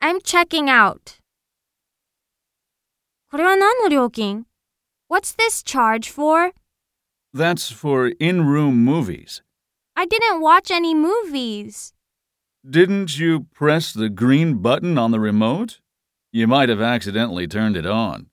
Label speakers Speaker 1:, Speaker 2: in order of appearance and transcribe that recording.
Speaker 1: I'm checking out. これは何の料金 ?What's this charge for?
Speaker 2: That's for in room movies.
Speaker 1: I didn't watch any movies.
Speaker 2: Didn't you press the green button on the remote? You might have accidentally turned it on.